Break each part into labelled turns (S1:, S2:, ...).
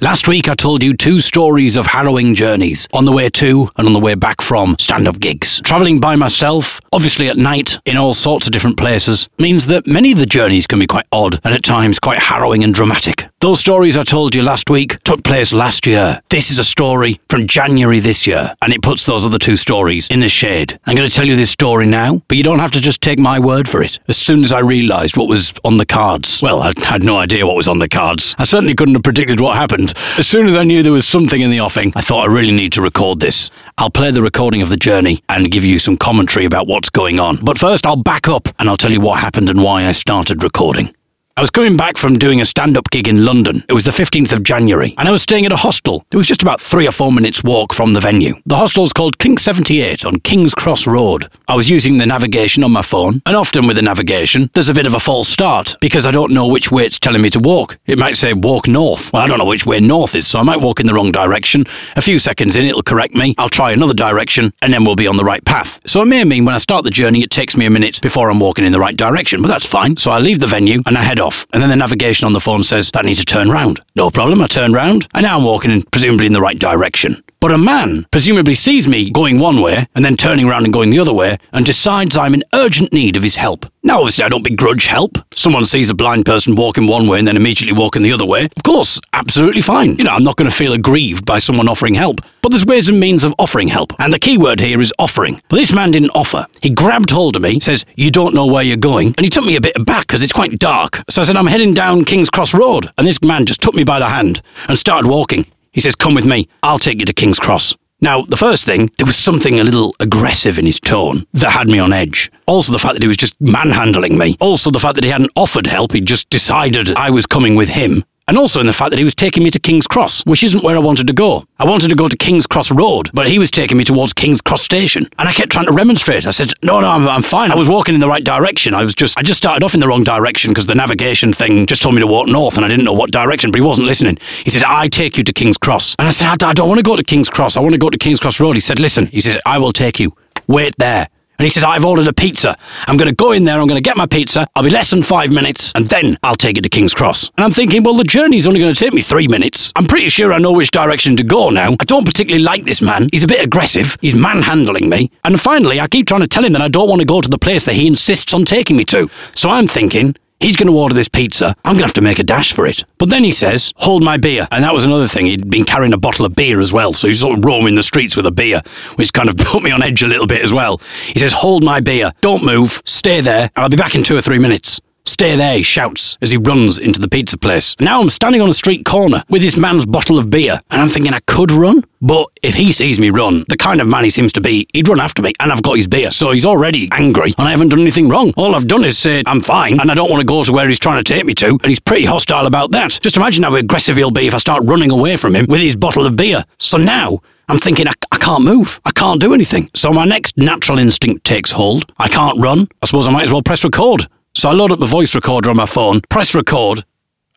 S1: Last week I told you two stories of harrowing journeys on the way to and on the way back from stand up gigs. Travelling by myself, obviously at night, in all sorts of different places, means that many of the journeys can be quite odd and at times quite harrowing and dramatic. Those stories I told you last week took place last year. This is a story from January this year, and it puts those other two stories in the shade. I'm going to tell you this story now, but you don't have to just take my word for it. As soon as I realised what was on the cards, well, I had no idea what was on the cards. I certainly couldn't have predicted what happened. As soon as I knew there was something in the offing, I thought I really need to record this. I'll play the recording of the journey and give you some commentary about what's going on. But first, I'll back up and I'll tell you what happened and why I started recording. I was coming back from doing a stand up gig in London. It was the 15th of January, and I was staying at a hostel. It was just about three or four minutes' walk from the venue. The hostel's called King 78 on King's Cross Road. I was using the navigation on my phone, and often with the navigation, there's a bit of a false start because I don't know which way it's telling me to walk. It might say walk north. Well, I don't know which way north is, so I might walk in the wrong direction. A few seconds in, it'll correct me. I'll try another direction, and then we'll be on the right path. So it may mean when I start the journey, it takes me a minute before I'm walking in the right direction, but that's fine. So I leave the venue and I head off. And then the navigation on the phone says that I need to turn round. No problem, I turn round, and now I'm walking in, presumably in the right direction. But a man presumably sees me going one way and then turning around and going the other way and decides I'm in urgent need of his help. Now, obviously, I don't begrudge help. Someone sees a blind person walking one way and then immediately walking the other way. Of course, absolutely fine. You know, I'm not going to feel aggrieved by someone offering help. But there's ways and means of offering help. And the key word here is offering. But this man didn't offer. He grabbed hold of me, says, You don't know where you're going. And he took me a bit aback because it's quite dark. So I said, I'm heading down King's Cross Road. And this man just took me by the hand and started walking. He says, Come with me, I'll take you to King's Cross. Now, the first thing, there was something a little aggressive in his tone that had me on edge. Also, the fact that he was just manhandling me. Also, the fact that he hadn't offered help, he just decided I was coming with him. And also in the fact that he was taking me to King's Cross, which isn't where I wanted to go. I wanted to go to King's Cross Road, but he was taking me towards King's Cross Station. And I kept trying to remonstrate. I said, no, no, I'm, I'm fine. I was walking in the right direction. I was just, I just started off in the wrong direction because the navigation thing just told me to walk north and I didn't know what direction, but he wasn't listening. He said, I take you to King's Cross. And I said, I, I don't want to go to King's Cross. I want to go to King's Cross Road. He said, listen, he says, I will take you. Wait there. And he says, I've ordered a pizza. I'm going to go in there, I'm going to get my pizza. I'll be less than five minutes, and then I'll take it to King's Cross. And I'm thinking, well, the journey's only going to take me three minutes. I'm pretty sure I know which direction to go now. I don't particularly like this man. He's a bit aggressive. He's manhandling me. And finally, I keep trying to tell him that I don't want to go to the place that he insists on taking me to. So I'm thinking, He's going to order this pizza. I'm going to have to make a dash for it. But then he says, Hold my beer. And that was another thing. He'd been carrying a bottle of beer as well. So he's sort of roaming the streets with a beer, which kind of put me on edge a little bit as well. He says, Hold my beer. Don't move. Stay there. And I'll be back in two or three minutes. Stay there, he shouts as he runs into the pizza place. Now I'm standing on a street corner with this man's bottle of beer, and I'm thinking I could run, but if he sees me run, the kind of man he seems to be, he'd run after me, and I've got his beer, so he's already angry, and I haven't done anything wrong. All I've done is say I'm fine, and I don't want to go to where he's trying to take me to, and he's pretty hostile about that. Just imagine how aggressive he'll be if I start running away from him with his bottle of beer. So now, I'm thinking, I, I can't move. I can't do anything. So my next natural instinct takes hold. I can't run. I suppose I might as well press record. So I load up the voice recorder on my phone, press record.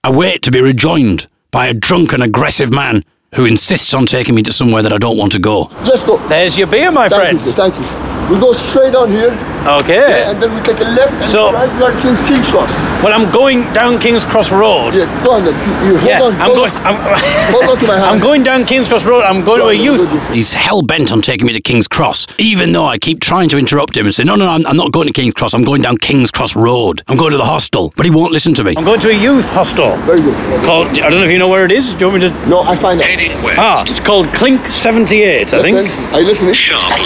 S1: I wait to be rejoined by a drunk and aggressive man who insists on taking me to somewhere that I don't want to go.
S2: Let's go.
S3: There's your beer, my
S2: Thank
S3: friend.
S2: you, sir. Thank you. We go straight on here,
S3: Okay.
S2: and then we take a left and
S3: So-
S2: right. We are King King Cross.
S3: Well, I'm going down King's Cross Road.
S2: Yeah, go on then. You, you hold
S3: Yes,
S2: on.
S3: I'm
S2: hold
S3: going.
S2: on.
S3: I'm,
S2: hold on to my hand.
S3: I'm going down King's Cross Road. I'm going to a youth.
S1: He's hell bent on taking me to King's Cross, even though I keep trying to interrupt him and say, No, no, no, I'm, I'm not going to King's Cross. I'm going down King's Cross Road. I'm going to the hostel. But he won't listen to me.
S3: I'm going to a youth hostel.
S2: Very good.
S3: Called. I don't know if you know where it is. Do you want me to?
S2: No, I find out.
S3: Ah, it's called Clink 78, I think.
S2: Listen, Are you listening?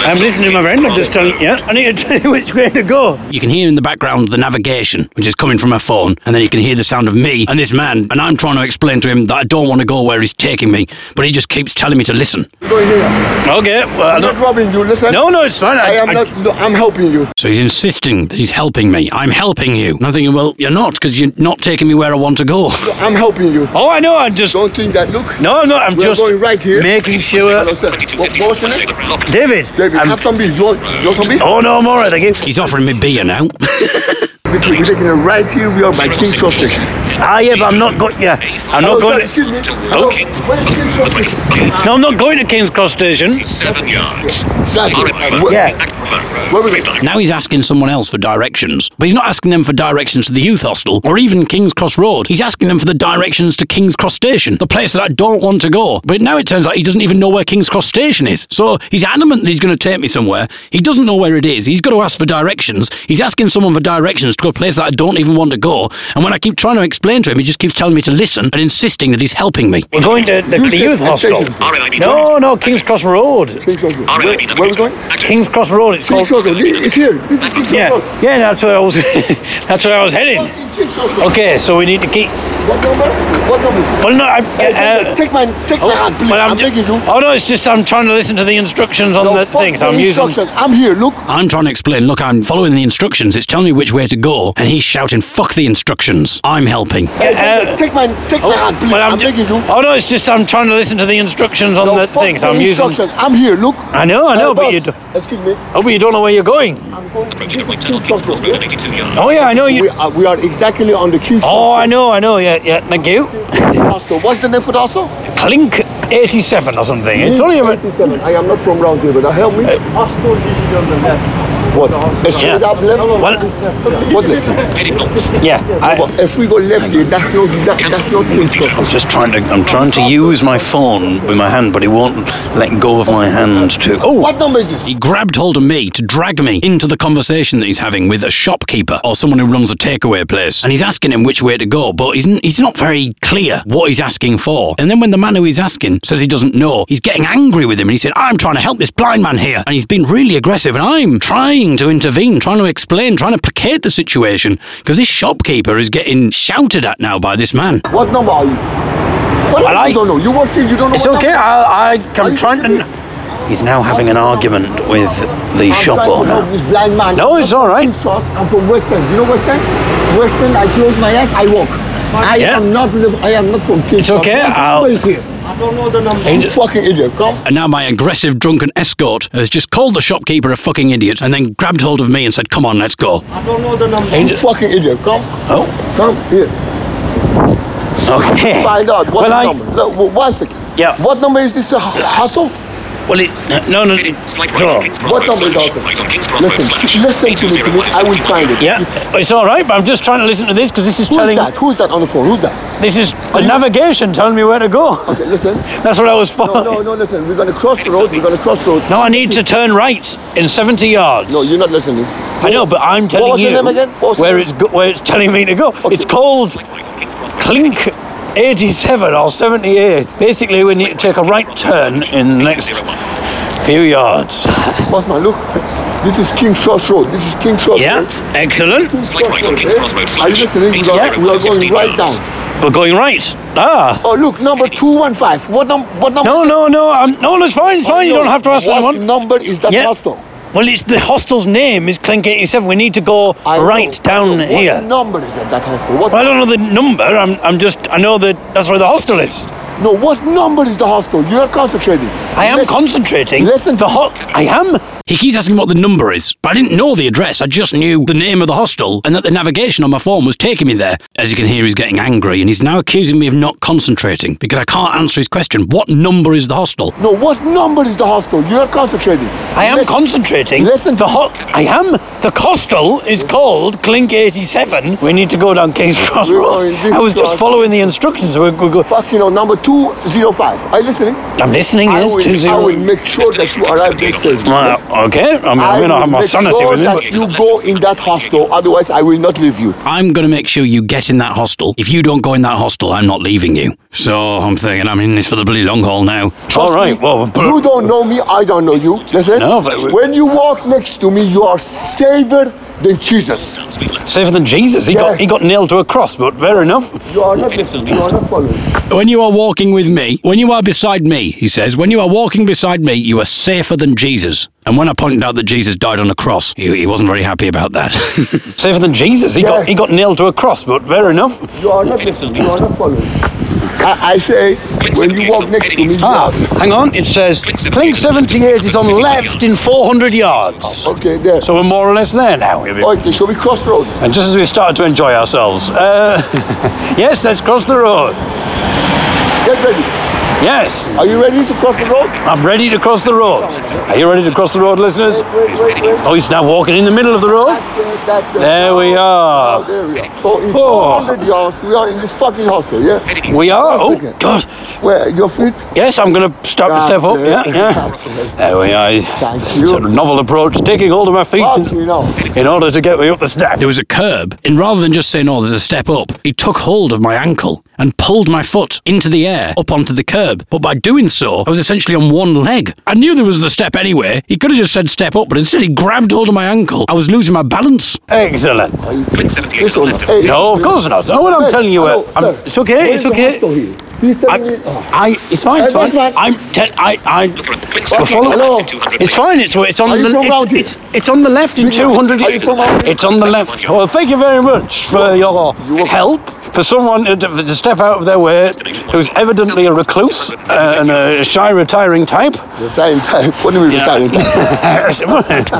S3: I'm listening to my friend. I'm just telling. Yeah, I need to tell you which way to go.
S1: You can hear in the background the navigation, which is coming from my phone, and then you can hear the sound of me and this man, and I'm trying to explain to him that I don't want to go where he's taking me, but he just keeps telling me to listen.
S2: Go here.
S3: Okay. Well, I
S2: I'm not
S3: don't.
S2: robbing you. Listen.
S3: No, no, it's fine.
S2: I am not. No, I'm helping you.
S1: So he's insisting that he's helping me. I'm helping you. And I'm thinking, well, you're not, because you're not taking me where I want to go.
S2: No, I'm helping you.
S3: Oh, I know. I'm just.
S2: Don't think that. Look.
S3: No, no. I'm
S2: We are
S3: just
S2: going right here.
S3: making sure.
S2: Hello, sir. What, what was your name?
S3: David.
S2: David,
S3: I'm-
S2: have some beer. You want, you want some beer?
S3: Oh no, more. I think.
S1: He's offering me beer now.
S2: Because we're taking a right here, we are by King Sausage.
S3: Ah, yeah, but I'm not got you. I'm
S2: Oh,
S3: not
S2: sorry,
S3: going.
S2: excuse me.
S3: Oh.
S2: Hello? Where's King Sausage?
S3: No, I'm not going to King's Cross Station.
S4: Seven yards.
S2: Exactly. Where,
S3: Yeah.
S2: where was it?
S1: Now he's asking someone else for directions. But he's not asking them for directions to the youth hostel or even King's Cross Road. He's asking them for the directions to King's Cross Station, the place that I don't want to go. But now it turns out he doesn't even know where King's Cross Station is. So he's adamant that he's going to take me somewhere. He doesn't know where it is. He's got to ask for directions. He's asking someone for directions to a place that I don't even want to go. And when I keep trying to explain to him, he just keeps telling me to listen and insisting that he's helping me.
S3: We're going to the,
S2: You
S3: the
S2: said
S3: youth
S2: a
S3: hostel.
S2: station.
S3: No, no, King's Cross Road.
S2: King Sausage. Where, where are we going?
S3: King's Cross Road. It's
S2: King
S3: called.
S2: Sausage. It's here. This is King
S3: Yeah,
S2: Sausage.
S3: yeah. That's where I was. that's where I was heading.
S2: King Sausage.
S3: Okay, so we need to keep.
S2: What number? What number?
S3: Well, no, I,
S2: Hey,
S3: uh,
S2: take- take my take my hand, please.
S3: but
S2: I'm,
S3: ju-
S2: begging you.
S3: Oh no, it's just I'm trying to listen to the instructions on
S2: No,
S3: the
S2: fuck
S3: things.
S2: the
S3: I'm using.
S2: instructions. I'm here. Look,
S1: I'm trying to explain, look, I'm following the instructions. It's telling me which way to go, and he's shouting, fuck the instructions. I'm helping.
S2: Hey,
S3: uh,
S2: take- take my take my hand, please.
S3: Well,
S2: I'm,
S3: I'm ju-
S2: begging you.
S3: Oh no, it's just I'm trying to listen to the instructions on
S2: No,
S3: the
S2: fuck
S3: things.
S2: the
S3: I'm using.
S2: instructions. I'm here. Look.
S3: I know, I know,
S2: Uh,
S3: but
S2: boss,
S3: you. Do,
S2: Excuse me.
S3: oh, but you don't know where you're going.
S2: I'm going to this is King Sausage. yeah?
S3: Oh yeah, I know you.
S2: We are, we are exactly on the King
S3: Oh, I
S2: Sausage.
S3: know, I know. Yeah, yeah. Thank you.
S2: Hostel. What's the name for the hostel?
S3: Clink 87 or something. It's
S2: Mm.
S3: only about.
S2: 87. I am not from round here, but uh, help me.
S5: Hostel is on the left.
S2: What? A straight up left?
S3: Well,
S2: What left? here?
S3: yeah. I,
S2: But if we go left here, that's not that, that's not King Sausage.
S4: I'm
S3: just trying to. I'm trying to use my phone with my hand, but it won't let go of my hand to. Oh,
S2: What number is this?
S1: He grabbed hold of me to drag me into the conversation that he's having with a shopkeeper or someone who runs a takeaway place. And he's asking him which way to go, but he's, n- he's not very clear what he's asking for. And then when the man who he's asking says he doesn't know, he's getting angry with him and he said, I'm trying to help this blind man here. And he's been really aggressive and I'm trying to intervene, trying to explain, trying to placate the situation because this shopkeeper is getting shouted at now by this man.
S2: What number are you? What number
S3: like-
S2: you don't know? You work here, you don't know
S3: It's
S2: what
S3: okay.
S2: number?
S3: I, I, I'm trying to. He's now having an argument with the
S2: I'm
S3: shop
S2: trying to help
S3: owner.
S2: this blind man.
S3: No, it's all right.
S2: Trust, I'm from West End. You know West End? West End, I close my eyes, I walk. I
S3: Yeah.
S2: am not live, I am not from King's
S3: It's okay, I'll-
S2: I'll... here.
S5: I don't know the number.
S2: You fucking idiot. Come.
S1: And now my aggressive drunken escort has just called the shopkeeper a fucking idiot and then grabbed hold of me and said, Come on, let's go.
S5: I don't know the number.
S2: You fucking idiot. Come.
S3: Oh,
S2: Come here.
S3: okay.
S2: Find out what
S3: well, I,
S2: number. Look, w- one second.
S3: Yeah.
S2: What number is this uh, hustle?
S3: Well, it, uh, no, no, sure.
S2: What number is hustle? Listen, listen to me, please. I will find it.
S3: Yeah, it's all right, but I'm just trying to listen to this because this is
S2: Who's
S3: telling.
S2: that? Who's that on the phone? Who's that?
S3: This is the
S2: you-
S3: navigation telling me where to go.
S2: Okay, listen.
S3: That's what I was
S2: No,
S3: following.
S2: no, no, listen. We're gonna cross the road. We're gonna cross the road.
S3: No, I need to turn right in 70 yards.
S2: No, you're not listening.
S3: I know, but I'm telling
S2: was the
S3: you
S2: name again? What was the
S3: where
S2: name?
S3: it's go- where it's telling me to go. It's called Clink 87 or 78. Basically, we need to take a right turn in the next few yards.
S2: Bossman, look. This is King Cross Road. This is King Cross
S3: Yeah,
S2: Road.
S3: excellent.
S4: Slight right on King's Cross Road
S2: Are you
S4: slash
S2: listening?
S4: eight
S2: We are-
S4: zero
S2: we are going
S4: 16
S2: right
S4: yards.
S2: down.
S3: We're going right. Ah,
S2: Oh, look, number 215. What, num- what number?
S3: no, no, no. I'm, no, that's fine. It's fine. You don't have to ask
S2: what
S3: someone.
S2: number is that
S3: Yeah.
S2: hostel?
S3: Well, it's the hostel's name is Clink 87. We need to go
S2: I
S3: right
S2: know.
S3: down
S2: What
S3: here.
S2: number is that, that hostel? What,
S3: Well, I don't know the number. I'm, I'm just. I know that that's where the hostel is.
S2: No, what number is the hostel? You're not concentrating.
S3: I am concentrating.
S2: listen
S3: the
S2: to
S3: hot. I am.
S1: He keeps asking what the number is, but I didn't know the address. I just knew the name of the hostel and that the navigation on my phone was taking me there. As you can hear, he's getting angry and he's now accusing me of not concentrating because I can't answer his question. What number is the hostel?
S2: No, what number is the hostel? You're not concentrating.
S3: I am
S2: Listen-
S3: concentrating.
S2: listen
S3: the
S2: to-
S3: hot. I am. The hostel is called Clink 87. We need to go down King's Cross
S2: We're
S3: Road.
S2: going this
S3: I was just
S2: way.
S3: following the instructions. We're, we're go-
S2: Fucking on number 205. Are you listening?
S3: I'm listening.
S2: I,
S3: Yes,
S2: will,
S3: two
S2: I
S3: zero.
S2: will make sure that you arrive there safe.
S3: Well, okay. I mean, I may
S2: will
S3: not have my
S2: make
S3: sanity
S2: sure
S3: with me.
S2: that
S3: but-
S2: you go in that hostel, otherwise I will not leave you.
S1: I'm going to make sure you get in that hostel. If you don't go in that hostel, I'm not leaving you. So I'm thinking I'm in this for the bloody long haul now.
S3: All right. Well,
S2: You don't know me, I don't know you. Listen,
S3: No, but we-
S2: when you walk next to me, you are safer than Jesus.
S3: safer than Jesus. He got
S2: Yes.
S3: he got nailed to a cross, but fair enough.
S2: You are not listening, you are not following.
S1: When you are walking with me, when you are beside me, he says, when you are walking beside me, you are safer than Jesus. And when I pointed out that Jesus died on a cross, he, he wasn't very happy about that.
S3: Safer than Jesus. He got
S2: Yes.
S3: he got nailed to a cross, but fair enough.
S2: You are not listening, you are not following. I, I say, when you walk next to me, you
S3: Ah,
S2: are.
S3: hang on. It says Clink 78 is on left in 400 yards.
S2: Okay, there.
S3: So we're more or less there now.
S2: Oh, Okay, so we cross road.
S3: And just as we started to enjoy ourselves, uh, yes, let's cross the road.
S2: Get ready.
S3: Yes,
S2: Are you ready to cross the road?
S3: I'm ready to cross the road. Are you ready to cross the road, listeners?
S2: Wait, wait, wait.
S3: Oh, he's now walking in the middle of the road.
S2: That's it, that's it.
S3: There we
S2: Oh,
S3: are.
S2: there we are. So in
S3: Oh.
S2: 400 yards, we are in this fucking hostel, yeah?
S3: We are. Oh, God.
S2: Where your feet?
S3: Yes, I'm going to start to step up. Yeah,
S2: That's it.
S3: yeah. There we are.
S2: Thank you.
S3: Sort of novel approach, taking hold of my feet in-
S2: Okay, now.
S3: in order to get me up the step.
S1: There was a curb, and rather than just saying, oh, there's a step up, he took hold of my ankle and pulled my foot into the air up onto the curb. But by doing so, I was essentially on one leg. I knew there was the step anyway. He could have just said step up, but instead he grabbed hold of my ankle. I was losing my balance.
S3: Excellent.
S2: This one. Hey,
S3: No, of
S2: hey,
S3: course not. No, what I'm
S2: hey,
S3: telling you, uh,
S2: hello,
S3: I'm-
S2: sir.
S3: it's okay,
S2: Where
S3: it's
S2: is the
S3: okay.
S2: hostel here? He's
S3: I,
S2: telling me. oh,
S3: I, it's fine, it's
S2: Everyone's fine.
S3: fine. I'm, ten, I, I, Well, follow-
S2: Hello.
S3: It's fine. It's, it's on
S2: Are you
S3: the
S2: from
S3: it's,
S2: round here?
S3: it's, it's on the left in
S2: Big man,
S3: 200.
S2: are you from round here?
S3: it's on the left. Well, thank you very much for your
S2: welcome.
S3: help. For someone to, to step out of their way, who's evidently a recluse uh, and a shy, retiring type.
S2: Retiring time. What do you mean retiring time?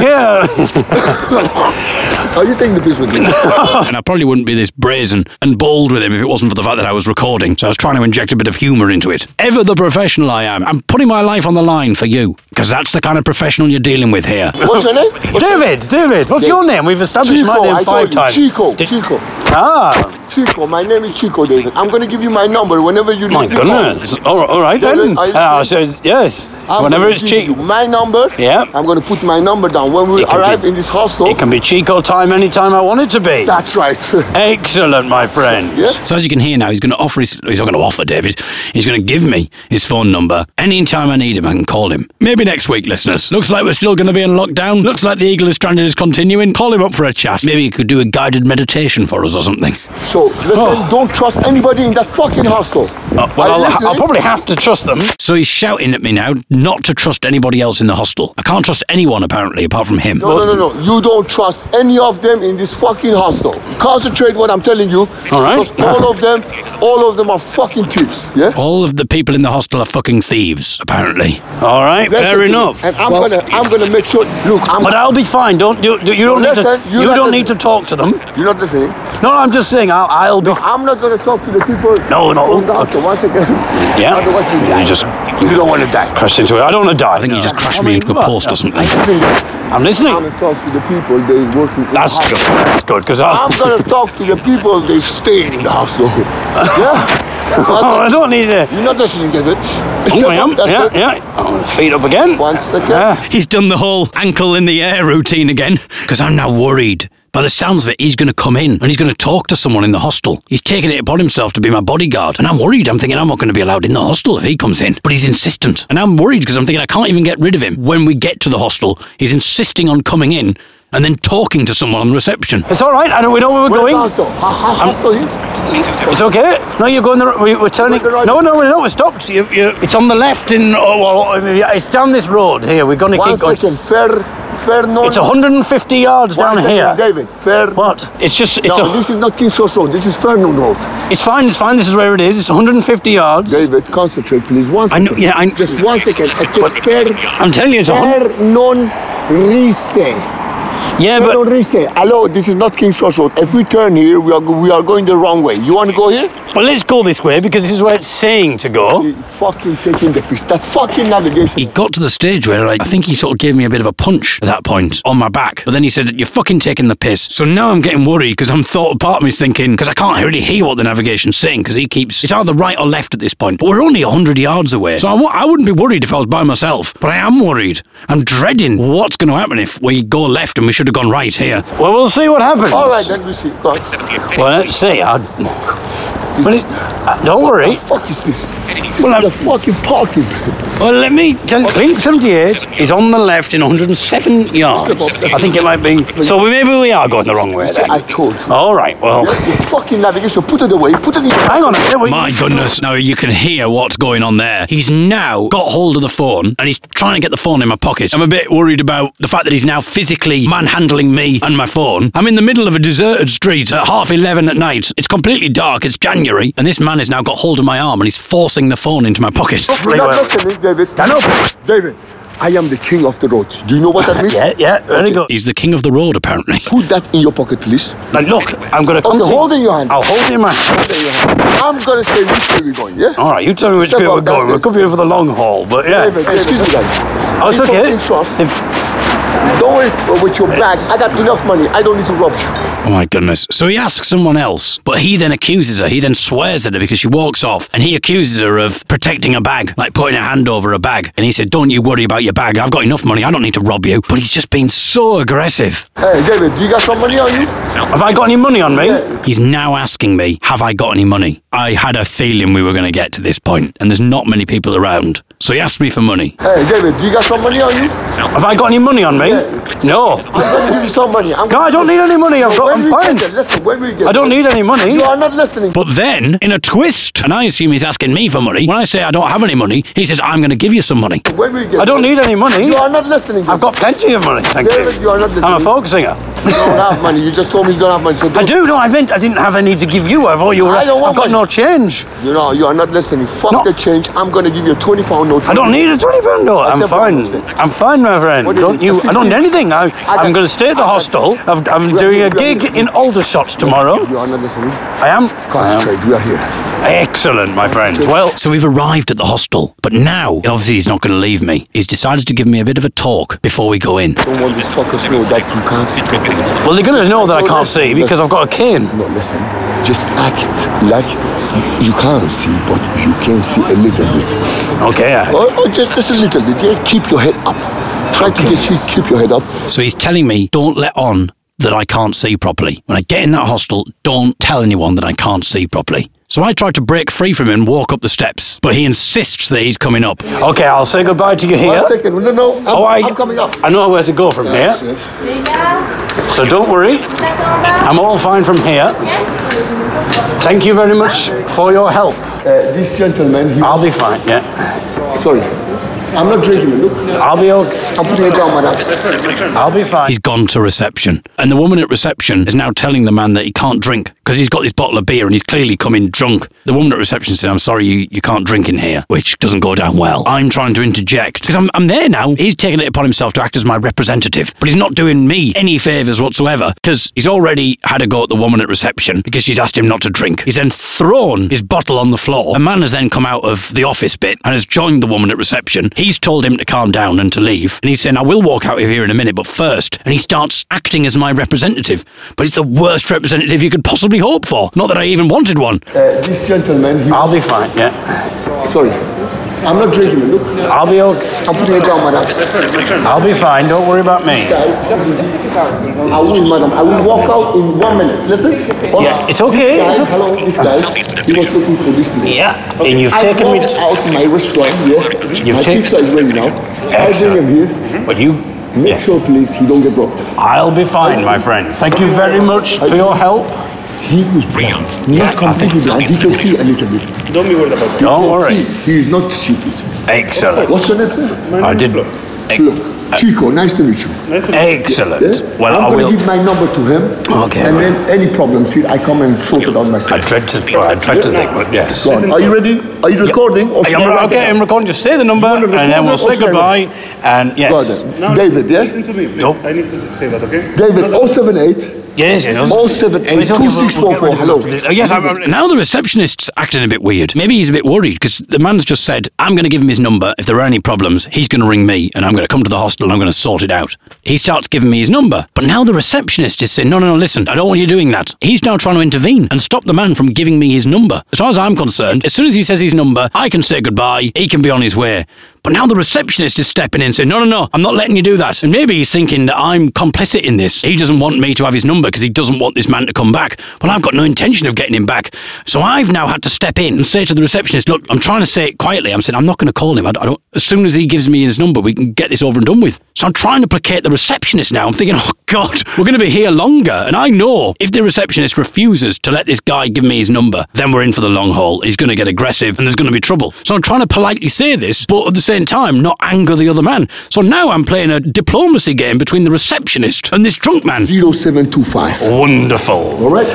S3: yeah.
S2: Are Oh, you taking the piss with me?
S1: and I probably wouldn't be this brazen and bold with him if it wasn't for the fact that I was recording. So I was trying to inject a bit of humour into it. Ever the professional I am, I'm putting my life on the line for you. Because that's the kind of professional you're dealing with here.
S2: What's your name? What's your name?
S3: David, David, what's your name? We've established
S2: Chico,
S3: my name
S2: I
S3: five
S2: told you,
S3: times.
S2: Chico,
S3: Did-
S2: Chico,
S3: ah,
S2: Chico. My name is Chico, David. I'm gonna give you my number whenever you need.
S3: my
S2: to call.
S3: goodness. All right, all right then.
S2: David, are you
S3: Ah, so,
S2: free?
S3: yes.
S2: I'm
S3: Whenever
S2: gonna
S3: it's
S2: give
S3: cheap.
S2: you My number.
S3: Yeah.
S2: I'm gonna put my number down when we
S3: It can be-
S2: arrive in this hostel.
S3: It can be Chico time anytime I want it to be.
S2: That's right.
S3: Excellent, my friend.
S2: Yeah.
S1: So as you can hear now, he's going to offer his. He's not going to offer David. He's going to give me his phone number anytime I need him. I can call him. Maybe next week, listeners. Looks like we're still going to be in lockdown. Looks like the Eagle is stranded is continuing. Call him up for a chat. Maybe he could do a guided meditation for us or something.
S2: So listen,
S3: Oh.
S2: don't trust anybody in that fucking hostel.
S3: Uh,
S2: Are
S3: well,
S2: you
S3: I'll, I'll
S2: listening?
S3: probably have to trust them.
S1: So he's shouting at me now not to trust anybody else in the hostel. I can't trust anyone apparently apart from him.
S2: No, no, no, no. You don't trust any of them in this fucking hostel. Concentrate what I'm telling you.
S3: All right.
S2: Because all of them, all of them are fucking thieves. Yeah.
S3: Oh,
S1: All of the people in the hostel are fucking thieves, apparently.
S3: All right,
S2: That's the
S3: fair
S2: thing.
S3: enough.
S2: And I'm gonna, I'm gonna make sure. Look, I'm.
S3: But I'll be fine. Don't you? Do, you don't need to.
S2: Listen,
S3: You
S2: you let
S3: don't
S2: us-
S3: need to talk to them.
S2: You're not listening.
S3: No, I'm just saying. I'll, I'll be.
S2: I'm not gonna talk to the people.
S3: No, no.
S2: from the hostel. Once again.
S3: Yeah.
S2: Otherwise you die.
S3: You just
S2: You don't want to die.
S3: crashed into it. I don't want to die.
S1: I think he just crashed me into a post or something.
S3: I'm
S2: I'm
S3: listening.
S2: gonna talk to the people they work with. in the
S3: That's
S2: hostel.
S3: good. That's good. Because
S2: I'm
S3: I.
S2: gonna talk to the people they stay in the hostel.
S3: Oh, I
S2: Yeah.
S3: don't need to.
S2: You're not listening, David.
S3: Oh, I am.
S2: That's
S3: Yeah,
S2: it.
S3: yeah. Oh, feet up again.
S2: One second.
S3: Yeah.
S1: He's done the whole ankle in the air routine again. Because I'm now worried. By the sounds of it, he's going to come in and he's going to talk to someone in the hostel. He's taken it upon himself to be my bodyguard, and I'm worried. I'm thinking I'm not going to be allowed in the hostel if he comes in. But he's insistent, and I'm worried because I'm thinking I can't even get rid of him. When we get to the hostel, he's insisting on coming in and then talking to someone on reception.
S3: It's all right. I know we know where we're
S2: Where's the Hostel.
S3: going.
S2: Ho- ho- hostel here?
S3: It's okay. No, you're going the r- we- We're turning.
S2: We're going the
S3: No,
S2: right
S3: no, we're not. We're stopped. You, you, it's on the left in. Oh, well, I mean, it's down this road here. We're going to
S2: One
S3: keep going.
S2: second. Fair, fair no.
S3: It's 150 yards
S2: One
S3: down
S2: second,
S3: here.
S2: David. Fair.
S3: What? It's just. It's,
S2: No,
S3: a,
S2: this is not King Source Road. This is Fernand Road.
S3: it's fine. It's fine. This is where it is. It's 150 yards.
S2: David, concentrate, please. One
S3: I
S2: second.
S3: know. Yeah, I.
S2: Just one second. It's just fair.
S3: I'm telling you, it's a hundred.
S2: Fernand Rice.
S3: Yeah,
S2: No,
S3: but
S2: no, Rice. Hello, this is not King's Cross Road. If we turn here, we are go- we are going the wrong way. You want to go here?
S3: well, let's go this way because this is where it's saying to go.
S2: You fucking taking the piss. That fucking navigation.
S1: He got to the stage where like, I think he sort of gave me a bit of a punch at that point on my back. But then he said, You're fucking taking the piss. So now I'm getting worried because I'm thought part of me's thinking, because I can't really hear what the navigation's saying because he keeps, it's either right or left at this point. But we're only 100 yards away. So I w- I wouldn't be worried if I was by myself. But I am worried. I'm dreading what's going to happen if we go left and we should have gone right here.
S3: Well, we'll see what happens.
S2: All right, then we see. Go on.
S3: Well, let's see. I, but it, uh, don't worry.
S2: The fuck is this?
S3: Well, I'm-
S2: the fucking parking.
S3: Well, let me tell Clink 78 is on the left in 107 yards. I think it might be. So we, maybe we are going the wrong way then.
S2: I told you.
S3: All right, well.
S2: Yeah, the fucking navigation. Put it away. Put it. In.
S3: Hang on a minute.
S1: My goodness, now you can hear what's going on there. He's now got hold of the phone and he's trying to get the phone in my pocket. I'm a bit worried about the fact that he's now physically manhandling me and my phone. I'm in the middle of a deserted street at half 11 at night. It's completely dark, it's January, and this man has now got hold of my arm and he's forcing the phone into my pocket.
S2: You're not listening, David.
S3: Hello.
S2: David, I am the king of the road. Do you know what that means?
S3: Yeah, yeah, very good.
S1: He's the king of the road, apparently.
S2: Put that in your pocket, please.
S3: Now look, I'm going to
S2: Okay,
S3: come to you.
S2: hold in your hand.
S3: I'll hold in my hand.
S2: There you have it. I'm gonna say which way we're going, yeah?
S3: All right, you tell me which
S2: Step
S3: way we're
S2: up, that's
S3: going. We're
S2: it.
S3: coming here for the long haul, but yeah.
S2: David, Excuse me, guys.
S3: Oh, it's
S2: If
S3: okay.
S2: something shows, Don't worry with your bag. I got enough money. I don't need to rob you.
S1: Oh my goodness. So he asks someone else, but he then accuses her. He then swears at her because she walks off and he accuses her of protecting a bag, like putting her hand over a bag. And he said, Don't you worry about your bag. I've got enough money. I don't need to rob you. But he's just been so aggressive.
S2: Hey, David, do you got some money on you?
S3: Have I got any money on me?
S1: He's now asking me, Have I got any money? I had a feeling we were going to get to this point and there's not many people around. So he asked me for money.
S2: Hey, David, do you got some money on you?
S3: Have I got any money on me? No.
S2: I'm gonna give you some money. I'm
S3: No, I don't need any money. I've got.
S2: When
S3: I'm
S2: we get
S3: fine.
S2: there, listen, when we get
S3: I don't
S2: there-
S3: need any money.
S2: You are not listening.
S1: But then, in a twist, and I assume he's asking me for money, when I say I don't have any money, he says, I'm going to give you some money.
S2: When we get
S3: I don't
S2: there-
S3: need any money.
S2: You are not listening.
S3: I've got plenty of money. Thank
S2: David, you
S3: you.
S2: are not listening.
S3: I'm a folk singer.
S2: You don't have money. You just told me you don't have money. So don't.
S3: I do. No, I meant I didn't have any to give you. I've all you.
S2: I don't
S3: I've
S2: want
S3: got
S2: money.
S3: no change.
S2: You know, you are not listening. Fuck
S3: No.
S2: the change. I'm gonna give you a 20 pound note.
S3: I don't need a twenty pound note. I'm
S2: That's a problem,
S3: fine.
S2: isn't
S3: I'm fine, my friend.
S2: What is
S3: Don't
S2: it?
S3: you? I don't need
S2: 15?
S3: anything. I,
S2: got-
S3: I'm going to stay at the
S2: I got-
S3: hostel. I'm, I'm
S2: We are
S3: doing
S2: here,
S3: a
S2: we are
S3: gig
S2: here.
S3: in Aldershot tomorrow.
S2: You are not listening.
S3: I am. I am.
S2: Concentrate. We are here.
S3: Excellent, my friend. Well,
S1: So we've arrived at the hostel, but now, obviously, he's not going to leave me. He's decided to give me a bit of a talk before we go in.
S2: Don't want these fuckers to know that you can't see properly.
S3: well, they're going to know that I
S2: No,
S3: can't
S2: listen,
S3: see because I've got a cane.
S2: No, listen. Just act like you, you can't see, but you can see a little bit.
S3: Okay. I-
S2: Or, or just, just a little bit. Yeah, keep your head up. Try to get you keep your head up.
S1: So he's telling me, don't let on that I can't see properly. When I get in that hostel, don't tell anyone that I can't see properly. So I try to break free from him and walk up the steps, but he insists that he's coming up.
S3: Okay, I'll say goodbye to you here.
S2: One second. No, no. I'm,
S3: Oh, I,
S2: I'm coming up. Uh,
S3: I know where to go from here,
S2: That's it.
S3: so don't worry. I'm all fine from here. Thank you very much for your help.
S2: Uh, this gentleman, he,
S3: I'll be fine, yeah.
S2: sorry, I'm not drinking. Look,
S3: I'll be okay.
S2: I'm putting it down, madam.
S3: I'll be fine.
S1: He's gone to reception. And the woman at reception is now telling the man that he can't drink because he's got this bottle of beer and he's clearly coming drunk. The woman at reception said, I'm sorry, you, you can't drink in here, which doesn't go down well. I'm trying to interject because I'm, I'm there now. He's taken it upon himself to act as my representative, but he's not doing me any favours whatsoever because he's already had a go at the woman at reception because she's asked him not to drink. He's then thrown his bottle on the floor. A man has then come out of the office bit and has joined the woman at reception. He's told him to calm down and to leave. And he's saying, I will walk out of here in a minute, but first. And he starts acting as my representative. But it's the worst representative you could possibly hope for. Not that I even wanted one.
S2: Uh, this gentleman, he,
S3: I'll be fine, yeah.
S2: sorry, I'm not drinking. Look,
S3: I'll be okay.
S2: I'm putting it down, madam.
S3: I'll be fine. Don't worry about me.
S2: I will, madam. I will walk out in one minute. Listen.
S3: Yeah, it's okay,
S2: This guy,
S3: it's okay.
S2: Hello, this guy, he was looking for this place.
S3: Yeah. And you've
S2: I
S3: taken me.
S2: walked out my restaurant here.
S3: You've
S2: my
S3: taken- Mm-hmm.
S2: pizza is ready now. I bring him here.
S3: But you.
S2: Make sure, please, he don't get robbed.
S3: I'll be fine, my friend. Thank you very much for your help.
S2: He is blind, not completely blind. He can see a little bit.
S3: Don't
S2: See,
S3: worry.
S2: he is not stupid.
S3: Excellent.
S2: What's your name, sir?
S3: I did.
S2: Look, Chico, nice to meet you.
S3: Excellent.
S2: Yeah?
S3: Well, I
S2: I'm
S3: will.
S2: going to give my number to him.
S3: Okay,
S2: And
S3: right.
S2: then any problems, see, I come and sort it out
S3: I
S2: myself.
S3: dread to, I dread to think, but yes.
S2: Go on. Are you ready? Are you recording? Or
S3: I'm,
S2: should I
S3: re-
S2: write it
S3: okay, I'm
S2: down?
S3: recording. Just say the number,
S2: You wanna
S3: and
S2: record
S3: then
S2: it
S3: we'll
S2: or
S3: say
S2: should I
S3: goodbye. And
S2: Go
S3: yes,
S2: on then. David, yes?
S5: Listen to me, please.
S3: Nope.
S5: I need to say that, okay?
S2: David, 078
S3: yes, yes.
S2: Oh, 078 2644. Hello.
S3: Oh, Yes, I'm. I'm
S1: Now the receptionist's acting a bit weird. Maybe he's a bit worried because the man's just said, I'm going to give him his number. If there are any problems, he's going to ring me and I'm going to come to the hostel and I'm going to sort it out. He starts giving me his number. But now the receptionist is saying, No, no, no, listen, I don't want you doing that. He's now trying to intervene and stop the man from giving me his number. As far as I'm concerned, as soon as he says his number, I can say goodbye, he can be on his way. But now the receptionist is stepping in saying, No, no, no, I'm not letting you do that. And maybe he's thinking that I'm complicit in this. He doesn't want me to have his number because he doesn't want this man to come back. Well, I've got no intention of getting him back. So I've now had to step in and say to the receptionist, Look, I'm trying to say it quietly. I'm saying, I'm not going to call him. I, I don't, as soon as he gives me his number, we can get this over and done with. So I'm trying to placate the receptionist now. I'm thinking, Oh, God, we're going to be here longer. And I know if the receptionist refuses to let this guy give me his number, then we're in for the long haul. He's going to get aggressive and there's going to be trouble. So I'm trying to politely say this, but at the same time, not anger the other man. So now I'm playing a diplomacy game between the receptionist and this drunk man.
S2: 0725.
S3: Oh. wonderful.
S2: All right?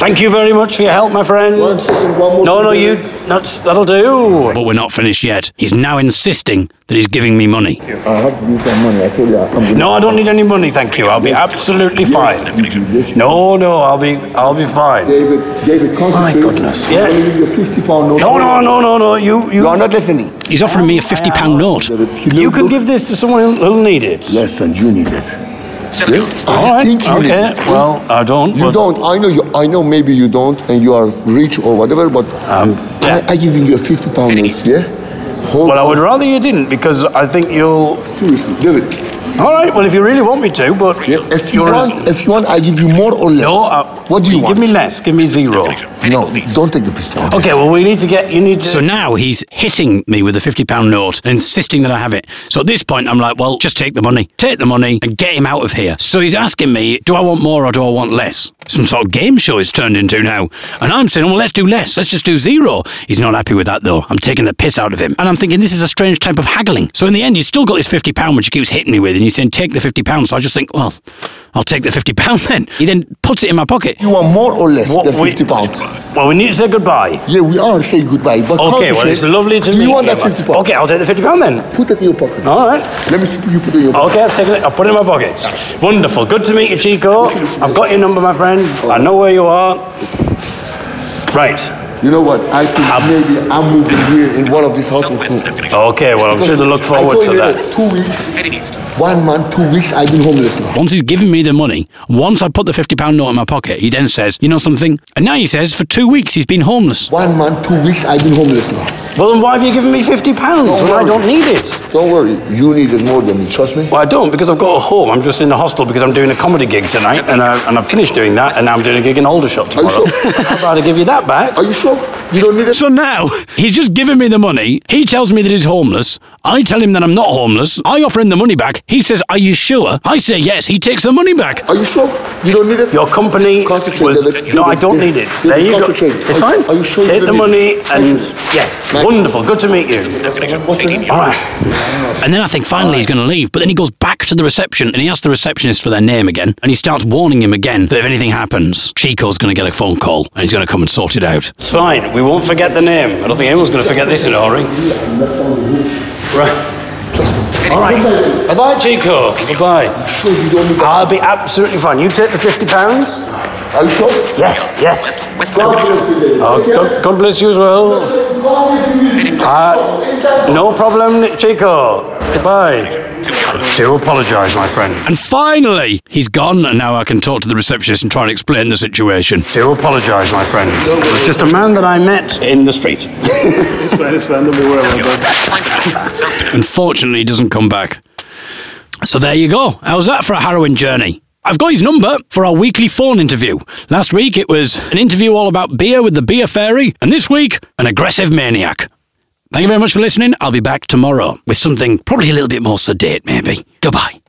S3: Thank you very much for your help, my friend.
S2: One second, one more
S3: No,
S2: thing,
S3: no, you.
S2: David.
S3: That's that'll do.
S1: But we're not finished yet. He's now insisting that he's giving me money.
S2: I have to give some money. I told you I'm going
S3: No, I don't need any money, thank you. I'll be absolutely fine.
S2: Yes,
S3: No, no, I'll be, I'll be fine.
S2: David, David, concentrate.
S3: goodness.
S2: I'm gonna give you a 50 pound note.
S3: No, no, no, no, no. You,
S2: You are
S3: you,
S2: not listening.
S1: He's offering me a £50 note.
S2: David,
S3: you
S2: look-
S3: can
S2: look-
S3: give this to someone who- who'll need it.
S2: Yes, and you need it.
S4: Senegal.
S3: All
S2: I
S3: right.
S2: think you need
S3: Okay.
S2: it.
S3: Well, I don't.
S2: You
S3: but
S2: don't. I know you. I know maybe you don't, and you are rich or whatever. But
S3: Um, yeah.
S2: I, I giving you a fifty pound note. Yeah. Hold
S3: Well, I would
S2: on.
S3: rather you didn't because I think you'll.
S2: seriously, David.
S3: All right. Well, if you really want me to, but
S2: Yeah, if you
S3: you're-
S2: want, if you want, I give you more or less.
S3: No. I,
S2: what do you want?
S3: Give me less. Give me zero.
S2: No, don't take the piss now.
S3: Okay. Well, we need to get. You need to.
S1: So now he's hitting me with a £50 note and insisting that I have it. So at this point, I'm like, well, just take the money. Take the money and get him out of here. So he's asking me, do I want more or do I want less? Some sort of game show it's turned into now. And I'm saying, well, let's do less. Let's just do zero. He's not happy with that, though. I'm taking the piss out of him. And I'm thinking, this is a strange type of haggling. So in the end, he's still got this £50 which he keeps hitting me with. And he's saying, take the £50. So I just think, well, I'll take the £50 then. He then puts it in my pocket.
S2: You want more or less
S3: What
S2: than
S3: we-
S2: fifty pound?
S3: Well, we need to say goodbye.
S2: Yeah, we are saying goodbye. But
S3: Okay. Well, it's
S2: concentrate.
S3: lovely to
S2: Do
S3: meet
S2: you want
S3: you.
S2: that fifty pound?
S3: Okay. I'll take the fifty pound then.
S2: Put it in your pocket.
S3: All right.
S2: Let me see you put it in your pocket.
S3: Okay, I've taken it. I'll put it in my pocket. Wonderful. Good to meet you, Chico. I've got your number, my friend. I know where you are. Right.
S2: You know what? I think
S3: um,
S2: maybe I'm moving here in one of these houses soon.
S3: Okay. Well, I'm sure to look forward
S2: I told
S3: to
S2: you,
S3: that.
S2: Two weeks, one month, two weeks. I've been homeless now.
S1: Once he's given me the money, once I put the £50 note in my pocket, he then says, You know something? And now he says, For two weeks he's been homeless.
S2: One month, two weeks. I've been homeless now.
S3: Well, then why have you given me fifty pounds when I don't need it?
S2: Don't worry, you need it more than me, trust me.
S3: Well, I don't because I've got a home. I'm just in the hostel because I'm doing a comedy gig tonight, and, I, and I've finished doing that, and now I'm doing a gig in Aldershot
S2: Are you
S3: tomorrow. I'd rather give you that back.
S2: Are you sure? You don't need it?
S1: So now he's just given me the money. He tells me that he's homeless. I tell him that I'm not homeless. I offer him the money back. He says, Are you sure? I say, Yes. He takes the money back.
S2: Are you sure? You don't need it?
S3: Your company
S2: Concentrate,
S3: was
S2: David.
S3: no, I don't
S2: David,
S3: need it.
S2: David,
S3: There you go.
S2: concentrate.
S3: It's
S2: Are-
S3: fine.
S2: Are you sure? you
S3: Take
S2: don't
S3: the
S2: need
S3: money
S2: it?
S3: and yes,
S2: Max.
S3: wonderful. Good to meet you.
S2: What's the name?
S3: All right.
S1: And then I think finally he's going to leave. But then he goes back to the reception and he asks the receptionist for their name again. And he starts warning him again that if anything happens, Chico's going to get a phone call and he's going to come and sort it out.
S3: It's fine. We won't forget the name. I don't think anyone's going to forget this in a hurry. Right. All right. Bye, Chico. Goodbye.
S2: Sure, you don't need it.
S3: I'll be absolutely fine. You take the fifty pounds.
S2: Are you sure?
S3: Yes. Yes.
S4: West
S3: Oh, God, God bless you as well. Uh, no problem, Chico. Goodbye. Do apologise, my friend.
S1: And finally, he's gone, and now I can talk to the receptionist and try and explain the situation.
S3: Do apologise, my friend. It was just a man that I met in the street.
S5: It's random, we were about that.
S1: Unfortunately, he doesn't come back. So there you go. How's that for a harrowing journey? I've got his number for our weekly phone interview. Last week it was an interview all about beer with the beer fairy, and this week, an aggressive maniac. Thank you very much for listening. I'll be back tomorrow with something probably a little bit more sedate, maybe. Goodbye.